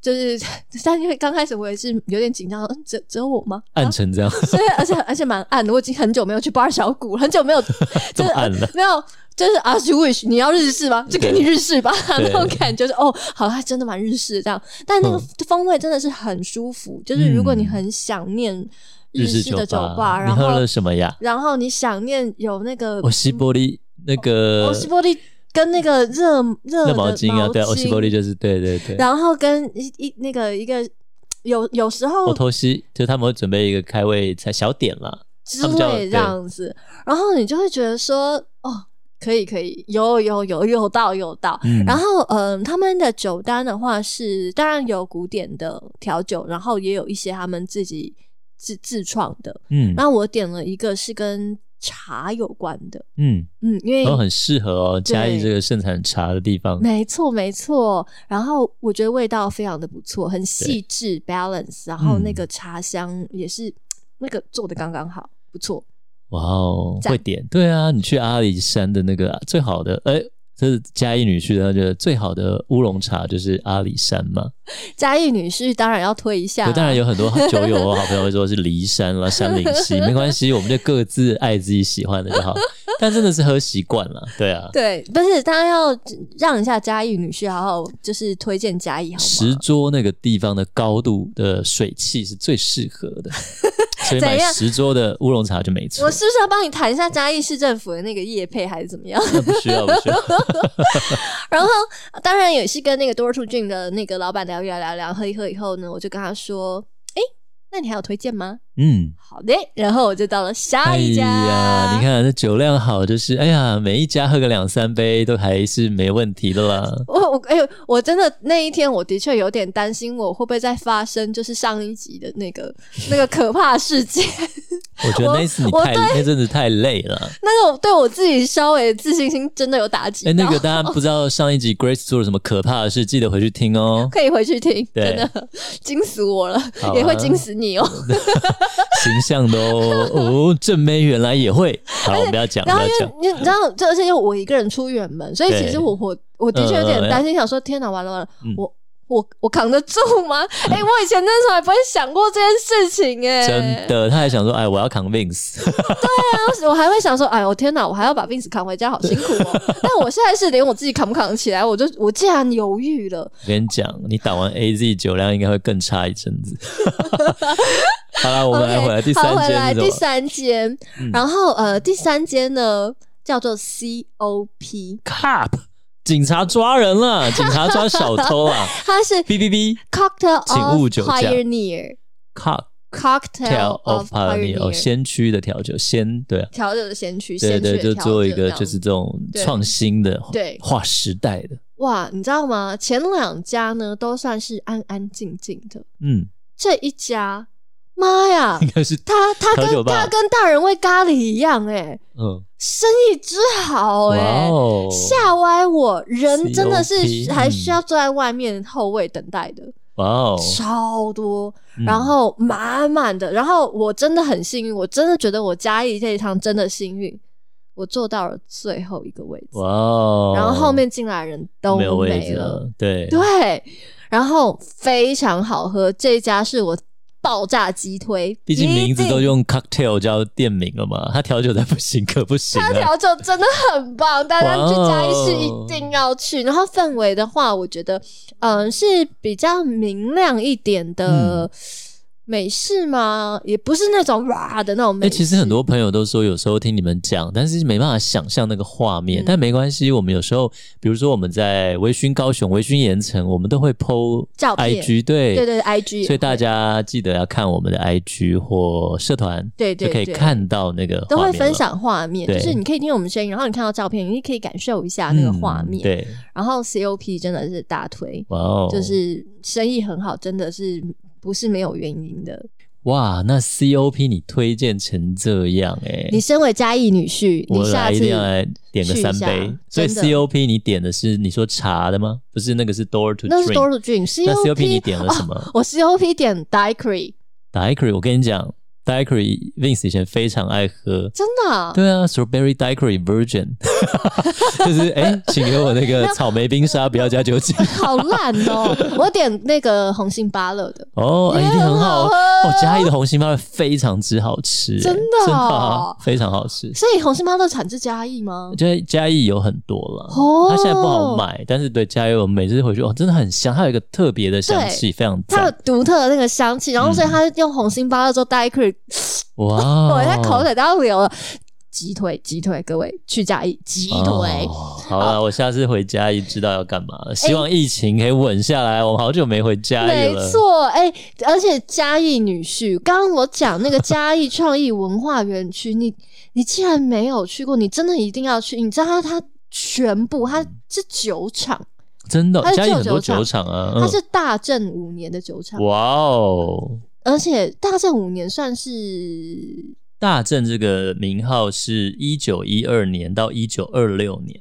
B: 就是， 但因为刚开始我也是有点紧张，嗯只只有我吗？
A: 暗成 这样，
B: 所以而且而且蛮暗的，我已经很久没有去巴小谷，很久没有
A: 这
B: 真
A: 么
B: 的
A: 暗了，
B: 没有，就是 as you wish，你要日式吗？就给你日式吧，那种感觉、就是哦，好啦，真的蛮日式的这样。但那个
A: 嗯
B: 风味真的是很舒服，就是如果你很想念式的酒吧，
A: 你
B: 然
A: 喝了
B: 后呃
A: 什么呀？
B: 然后你想念有那个
A: 我西伯利那个
B: 欧西波利跟那个热
A: 那
B: 热嗯的
A: 毛巾啊，对啊，
B: 毛
A: 欧西伯利就是对对对，
B: 然后跟一一那个一个有有时候
A: 我偷西就他们会准备一个开胃菜小点啦，
B: 之
A: 他们叫
B: 类这样子，然后你就会觉得说，哦，可以可以，有有有有到有到。
A: 嗯
B: 然后嗯，他们的酒单的话是，当然有古典的调酒，然后也有一些他们自己自自创的。
A: 嗯
B: 那我点了一个是跟茶有关的，
A: 嗯，
B: 嗯，因为、
A: 都很适合哦，嘉义
B: 对
A: 这个盛产茶的地方，
B: 没错，没错。然后我觉得味道非常的不错，很细致 balance，然后那
A: 嗯
B: 个茶香也是、那个做的刚刚好，不错。
A: 哇哦，
B: 赞
A: 会点，对啊，你去阿里山的那个最好的，哎。这是嘉义女婿，他觉得最好的乌龙茶就是阿里山嘛。
B: 嘉义女士当然要推一下啦，
A: 对，当然有很多 酒友和好朋友会说是骊山 啦、山林溪，没关系，我们就各自爱自己喜欢的 就好。但真的是喝习惯了，对啊。
B: 对，但是当然要让一下嘉义女士，好好就是推荐嘉义好
A: 石
B: 吗？
A: 桌那个地方的高度的水汽是最适合 的，所以
B: 怎
A: 买
B: 样
A: 石桌的乌龙茶就没错
B: 我。是不是要帮你谈一下嘉义市政府的那个业配还是怎么样？
A: 那不需要，不需要。
B: 然后当然也是跟那个多数郡的那个老板聊一聊聊一聊，喝一喝以后呢，我就跟他说：“哎、那你还有推荐吗？”
A: 嗯，哎
B: 好的，然后我就到了下一家。
A: 呀，你看这酒量好，就是哎呀，每一家喝个两三杯都还是没问题的啦。
B: 我我哎呦，我真的那一天我的确有点担心，我会不会再发生就是上一集的那个 那个可怕事件？
A: 我觉得那一次你
B: 我
A: 太那阵子太累了。
B: 那个我对我自己稍微自信心真的有打击
A: 哎，
B: 到。。
A: 那个大家不知道上一集 Grace 做了什么可怕的事，记得回去听哦
B: 可以回去听，
A: 对
B: 真的惊死我了，
A: 好啊啊
B: 也会惊死你哦。
A: 形象的哦，哦，正妹原来也 会。好了，我们不要讲，不
B: 然后
A: 要
B: 因为
A: 讲。
B: 你你知道，这而且又我一个人出远门，所以
A: 对
B: 其实我我我的确有点
A: 嗯嗯嗯
B: 担心，想说天哪，完了完了
A: 嗯，
B: 我我我扛得住 吗？哎、我以前那时候还不会想过这件事情、哎，
A: 真的，他还想说，哎，我要扛 Vince，
B: 当时我还会想说，哎呦天哪，我还要把 Vince 扛回家，好辛苦哦。但我现在是连我自己扛不扛得起来，我就我竟然犹豫了。
A: 我跟你讲，你打完 AZ 酒量应该会更差一阵子。 好了，我们来
B: OK，
A: 回来第
B: 好
A: 三
B: 回来
A: 间是
B: 第
A: 什么？
B: 三间，
A: 嗯
B: 然后呃，第三间呢叫做 COP，
A: cop，警察抓人了，警察抓小偷 啊
B: 它是
A: 哔哔哔
B: Cocktail
A: 请
B: of
A: 勿酒驾
B: Pioneer，Cocktail
A: ，cocktail
B: of
A: of pioneer，哦
B: Pioneer，
A: 先驱的调酒，先对啊，
B: 调酒的先驱，
A: 对
B: 先驱
A: 对，
B: 的
A: 就
B: 调
A: 做一
B: 酒
A: 个
B: 这样
A: 就是
B: 子
A: 这种
B: 对
A: 创新的，
B: 对
A: 划时代的，
B: 哇，你知道吗？前两家呢都算是安安静静的，
A: 嗯，
B: 这一家，妈呀！
A: 应该是
B: 他他
A: 调酒
B: 跟
A: 吧
B: 他跟大人喂咖喱一样哎、
A: 嗯，
B: 生意之好哎、
A: 哇哦，
B: 吓歪我！人真的
A: COP
B: 是还需要坐在外面后位等待的，
A: 哇哦，
B: 超多，
A: 嗯
B: 然后满满的。然后我真的很幸运，我真的觉得我嘉义这一趟真的幸运，我坐到了最后一个位置，
A: 哇哦，
B: 然后后面进来的人都
A: 没有位
B: 没
A: 置
B: 了。
A: 了，对
B: 对，然后非常好喝，这一家是我爆炸击推，
A: 毕竟名字
B: 一定
A: 都用 cocktail 叫店名了嘛，他调酒的不行，可不行
B: 它
A: 啊。
B: 调酒真的很棒，大家去嘉义市
A: 哇哦
B: 一定要去。然后氛围的话，我觉得嗯、呃是比较明亮一点
A: 嗯
B: 的美式吗？也不是那种哇的那种
A: 那、
B: 美式。
A: 哎其实很多朋友都说，有时候听你们讲，但是没办法想象那个画面。
B: 嗯
A: 但没关系，我们有时候，比如说我们在微醺高雄、微醺盐城，我们都会 PO
B: 照片
A: IG，对
B: 对对，IG，也
A: 所以大
B: 会
A: 家记得要看我们的 IG 或社团，
B: 对对
A: 就可以
B: 对
A: 看到那个
B: 都
A: 画
B: 会
A: 面了
B: 分享画面，
A: 对
B: 就是你可以听我们声音，然后你看到照片，你可以感受一下那个画
A: 嗯
B: 面。
A: 对，
B: 然后 COP 真的是大推，
A: 哇哦，
B: 就是生意很好，真的是不是没有原因的。
A: 哇，那 COP 你推荐成这样哎、
B: 你身为嘉义女婿，你
A: 我
B: 下
A: 来一
B: 次
A: 定要来点个
B: 去一
A: 三
B: 下
A: 杯。所以
B: 真的
A: COP 你点的是你说茶的吗？不是，那个是 Door to Drink。
B: 那是 Door to Drink，
A: 那
B: COP
A: COP 你点了什么、
B: 哦我 COP 点 Daiquiri，
A: d i c r y 我跟你讲 d i c r y Vince 以前非常爱喝。
B: 真的啊、
A: 对啊，Strawberry d i c r y Virgin，就是哎、请给我那个草莓冰沙，不要加 酒精。
B: 好烂 哦！我点那个红杏芭乐的，
A: 哦，哎
B: 也
A: 一定很好
B: 很好喝
A: 哦。嘉义的红心芭乐非常之好吃、哎
B: 真的
A: 真的啊
B: 哦、
A: 非常好吃。
B: 所以红杏芭乐产自嘉义吗？
A: 嘉嘉义有很多了，
B: 哦
A: 它现在不好买，但是对嘉义，我每次回去哦，真的很香，它有一个特别的香气，非常
B: 它有
A: 赞，
B: 独特的那个香
A: 嗯
B: 气，然后所以它用红杏芭乐做 Daiquiri，
A: 哇
B: 我、
A: 哦！
B: 它口水都要流了，击退击退，各位去嘉义击退。
A: 哦好了，我下次回嘉义知道要干嘛了，希望疫情可以稳下来，我们好久没回嘉义
B: 哦没
A: 了，
B: 错，哎、而且嘉义女婿，刚刚我讲那个嘉义创意文化园区，你你既然没有去过，你真的一定要去。你知道它它全部它是酒厂，
A: 真的
B: 它，是
A: 嘉义很多
B: 旧
A: 酒
B: 酒
A: 厂啊，
B: 它
A: 嗯
B: 是大正五年的酒厂，
A: 哇哦，
B: 而且大正五年算是
A: 大正这个名号是一九一二年到一九二六年。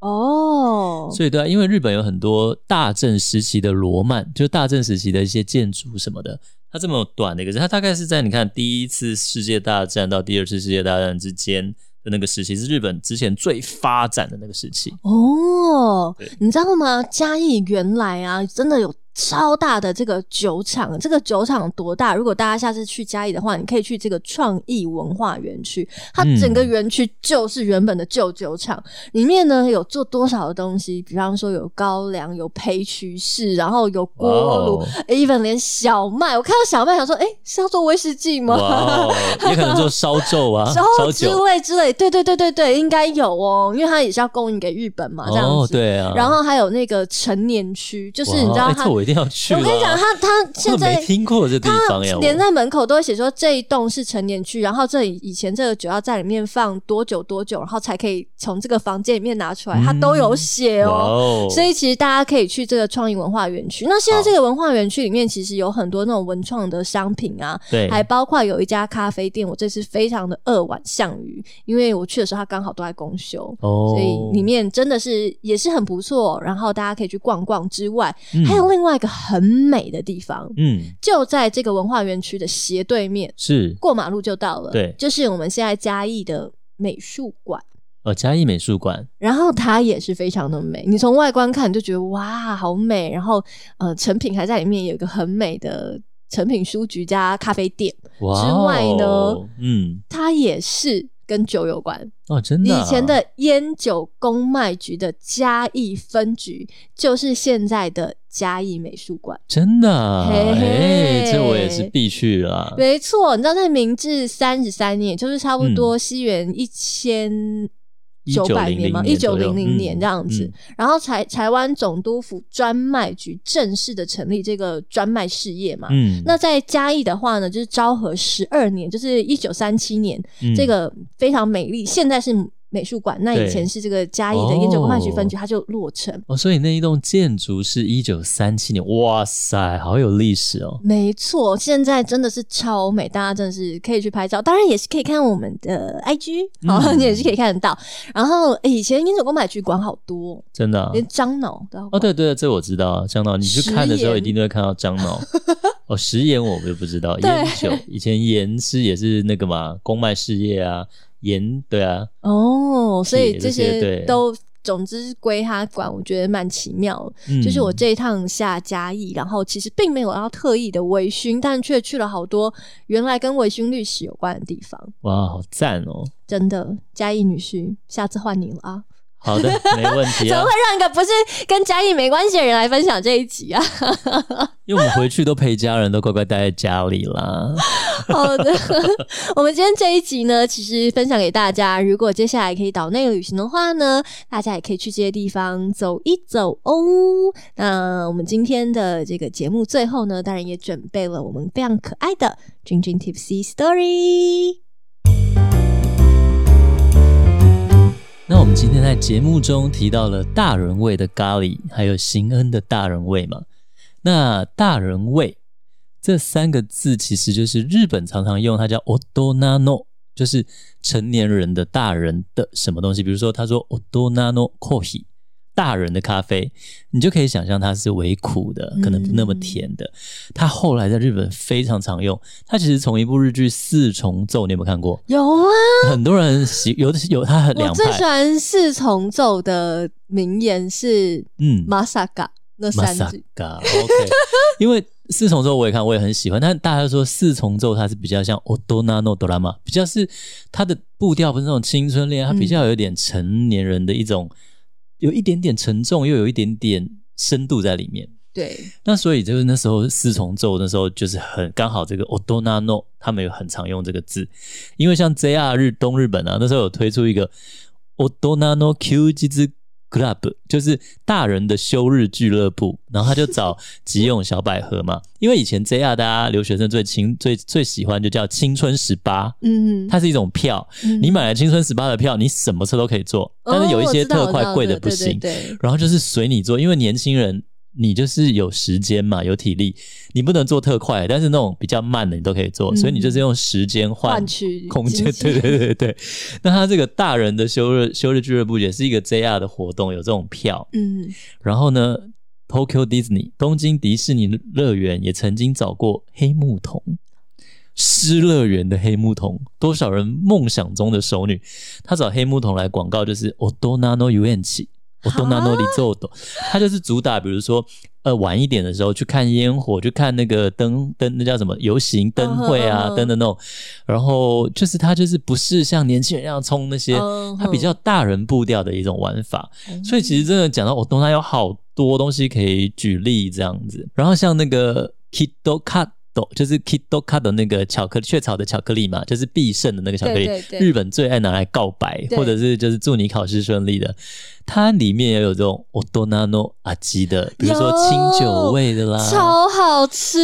B: 哦，
A: 所以对啊，因为日本有很多大正时期的罗曼，就是大正时期的一些建筑什么的。它这么短的一个，它大概是在你看第一次世界大战到第二次世界大战之间的那个时期，是日本之前最发展的那个时 期。
B: 哦，你知道吗？嘉义原来啊，真的有超大的这个酒厂，这个酒厂有多大？如果大家下次去嘉义的话，你可以去这个创意文化园区，它
A: 嗯
B: 整个园区就是原本的旧酒厂，里面呢有做多少的东西，比方说有高粱，有培曲式，然后有锅炉、
A: 哇哦
B: e v e n 连小麦，我看到小麦想说，哎、是要做威士忌吗？
A: 哇哦，也可能做烧酒 啊，
B: 然
A: 烧
B: 后之
A: 酒
B: 类之类，对对对对对，应该有哦，因为它也是要供应给日本嘛，这样子。
A: 哦，对啊。
B: 然后还有那个成年区，就是
A: 哇
B: 你知道
A: 哎
B: 他，
A: 这我一定要去了。
B: 我跟你讲，他他现
A: 我
B: 在
A: 没听过这地
B: 他
A: 方呀，
B: 连
A: 我
B: 在门口都会写说这一栋是成年区，然后这里以前这个酒要在里面放多久多久，然后才可以从这个房间里面拿出来，他都有写
A: 嗯哇
B: 哦。
A: 哦，
B: 所以其实大家可以去这个创意文化园区。那现在
A: 好
B: 这个文化园区里面，其实有很多那种文创的商品啊，
A: 对
B: 还包括有一家咖啡店，我这次非常的扼腕项羽，因为我去的时候他刚好都在公休。
A: 哦，
B: 所以里面真的是也是很不错，然后大家可以去逛逛之外，
A: 嗯
B: 还有另外一个很美的地方，
A: 嗯
B: 就在这个文化园区的斜对面，
A: 是
B: 过马路就到了。
A: 对
B: 就是我们现在嘉义的美术馆。
A: 哦，嘉义美术馆，
B: 然后它也是非常的美，你从外观看就觉得哇，好美。然后呃，成品还在里面有一个很美的成品书局加咖啡店，
A: 哇
B: 之外呢
A: 哦，嗯，
B: 它也是跟酒有关。
A: 哦，真的啊、
B: 以前的烟酒公卖局的嘉义分局，就是现在的嘉义美术馆。
A: 真的啊，
B: 嘿嘿
A: 哎、这我也是必去啦。
B: 没错，你知道在明治三十三年，就是差不多西元一千九百年嘛，一
A: 1900
B: 九
A: 左右
B: 零零年这样子。
A: 嗯
B: 然后台台湾总督府专卖局正式的成立这个专卖事业嘛。
A: 嗯，
B: 那在嘉义的话呢，就是昭和十二年，就是一九三七年，
A: 嗯
B: 这个非常美丽，现在是美术馆，那
A: 对
B: 以前是这个嘉义的烟酒公卖局分局，
A: 哦
B: 它就落成。
A: 哦，所以那一栋建筑是一九三七年，哇塞，好有历史哦。
B: 没错，现在真的是超美，大家真的是可以去拍照，当然也是可以看我们的 IG，好、
A: 嗯
B: 你也是可以看得到。然后、诶以前烟酒公买局管好多，
A: 真的啊、
B: 连樟脑都要
A: 哦，
B: 管。
A: 对对，这我知道，樟脑，你去看的时候
B: 食盐
A: 一定都会看到樟 脑。哦，食盐我就不知道，
B: 对
A: 盐酒以前盐师也是那个嘛，公卖事业啊，盐对啊，
B: 哦，所以这
A: 这些
B: 些
A: 对
B: 都。总之归他管，我觉得蛮奇妙的。
A: 嗯，
B: 就是我这一趟下嘉义，然后其实并没有要特意的微醺，但却去了好多原来跟微醺历史有关的地方。
A: 哇，好赞哦。
B: 真的，嘉义女婿，下次换你了啊！
A: 好的，没问题
B: 怎
A: 啊
B: 么会，让一个不是跟嘉义没关系的人来分享这一 集啊？
A: 因为我们回去都陪家人，都乖乖待在家里啦。
B: 好的， 我们今天这一集呢，其实分享给大家。如果接下来可以岛内旅行的话呢，大家也可以去这些地方走一走哦。那我们今天的这个节目最后呢，当然也准备了我们非常可爱的“君君 Tipsy Story”。
A: 那我们今天在节目中提到了大人味的咖喱，还有邢恩的大人味嘛。那大人味这三个字其实就是日本常常用，它叫 odonano，就是成年人的大人的什么东西。比如说，他说 odonano coffee，大人的咖啡，你就可以想象它是微苦的，可能不那么甜的。
B: 嗯
A: 它后来在日本非常常用，它其实从一部日剧《四重奏》，你有没有看过？
B: 有啊，
A: 很多人喜有的有它很
B: 我
A: 两
B: 最喜
A: 派，
B: 欢四重奏的名言是
A: 嗯
B: “Masaka” 那三句。
A: Masaka OK，因为四重奏我也看，我也很喜欢，但大家说四重奏它是比较像 Odonano drama，比较是它的步调不是那种青春恋爱，它比较有一点成年人的一种，有一点点沉重，又有一点点深度在里面。
B: 对，
A: 那所以就是那时候四重奏那时候就是很刚好这个 Odonano 他们有很常用这个字，因为像 JR 日东日本啊，那时候有推出一个 Odonano Q 吉之 Club，就是大人的休日俱乐部，然后他就找吉永小百合嘛，因为以前 JR 大家留学生最青最最喜欢就叫青春十八。
B: 嗯，
A: 它是一种票，
B: 嗯
A: 你买了青春十八的票，你什么车都可以坐，但是有一
B: 哦我
A: 些
B: 知道
A: 特
B: 我知
A: 快
B: 道
A: 贵的
B: 对
A: 不
B: 对
A: 行。
B: 对对
A: 然后就是随你做，因为年轻人你就是有时间嘛，有体力，你不能做特快，但是那种比较慢的你都可以做，
B: 嗯
A: 所以你就是用时间换
B: 换取
A: 空间。
B: 经济
A: 对对对对。那他这个大人的休日休日俱乐部也是一个 JR 的活动，有这种票。
B: 嗯，
A: 然后呢，Tokyo Disney 东京迪士尼乐园也曾经找过黑木瞳。失乐园的黑木瞳，多少人梦想中的熟女，她找黑木瞳来广告，就是我 n 拿 no 游园起，我 n 拿 no 里奏的，她就是主打，比如说。呃，晚一点的时候去看烟火，去看那个灯灯，那叫什么游行灯会啊
B: 嗯哼嗯哼
A: 等等那种。然后就是她就是不是像年轻人一样冲那些
B: 嗯，
A: 她比较大人步调的一种玩法。嗯所以其实真的讲到我哦东南有好多东西可以举例这样子。然后像那个 Kido Kat。就是 Kido Kat 的那个巧克力，雀巢的巧克力嘛，就是必胜的那个巧克力，
B: 对对对
A: 日本最爱拿来告白，
B: 对
A: 或者是就是祝你考试顺利的。它里面也有这种哦 Odonano 阿基的，比如说
B: 有
A: 清酒味的啦，
B: 超好吃。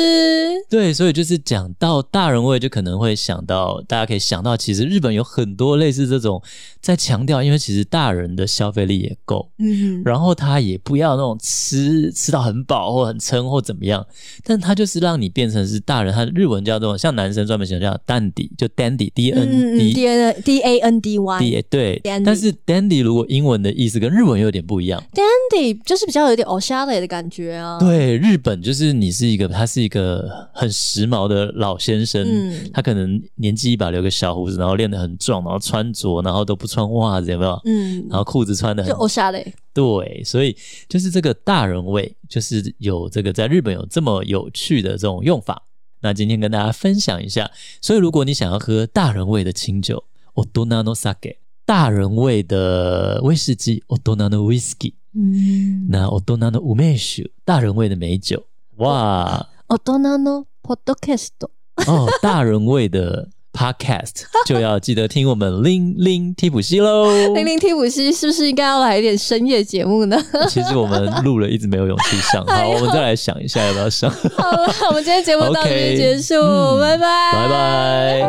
A: 对，所以就是讲到大人味，就可能会想到，大家可以想到，其实日本有很多类似这种在强调，因为其实大人的消费力也够，
B: 嗯，
A: 然后他也不要那种吃吃到很饱或很撑或怎么样，但他就是让你变成是大人。他日文叫这种，像男生专门写叫蛋底，就 dandy d
B: 嗯
A: n d
B: ，D N D A N D
A: d
B: Y，
A: 对
B: Dandy，
A: 但是 dandy 如果英文的意思跟日文有点不一样。
B: Dandy 就是比较有点 o s h a l e 的感觉啊。，
A: 对，日本就是你是一个，他是一个很时髦的老先生，
B: 嗯
A: 他可能年纪一把，留个小胡子，然后练得很壮，然后穿着，然后都不穿袜子，有没有？
B: 嗯，
A: 然后裤子穿的
B: 就
A: 很
B: o s h a l e
A: 对，所以就是这个大人味，就是有这个在日本有这么有趣的这种用法。那今天跟大家分享一下，所以如果你想要喝大人味的清酒 o d o n a no sake，大人味的威士忌 o d o n a no whisky，
B: 嗯，
A: 那 o d o n a no umeshu，大人味的美酒，哇
B: 大人のポッドキャスト。
A: 哦，大人味的 podcast 就要记得听我们零零提普西喽。
B: 零零 T 五七是不是应该要来一点深夜节 目呢？
A: 其实我们录了一直没有勇气 上，
B: 哎
A: 好，我们再来想一下要不要上。
B: 好了，我们今天节目到这里结束
A: OK，嗯
B: 拜拜，
A: 拜拜。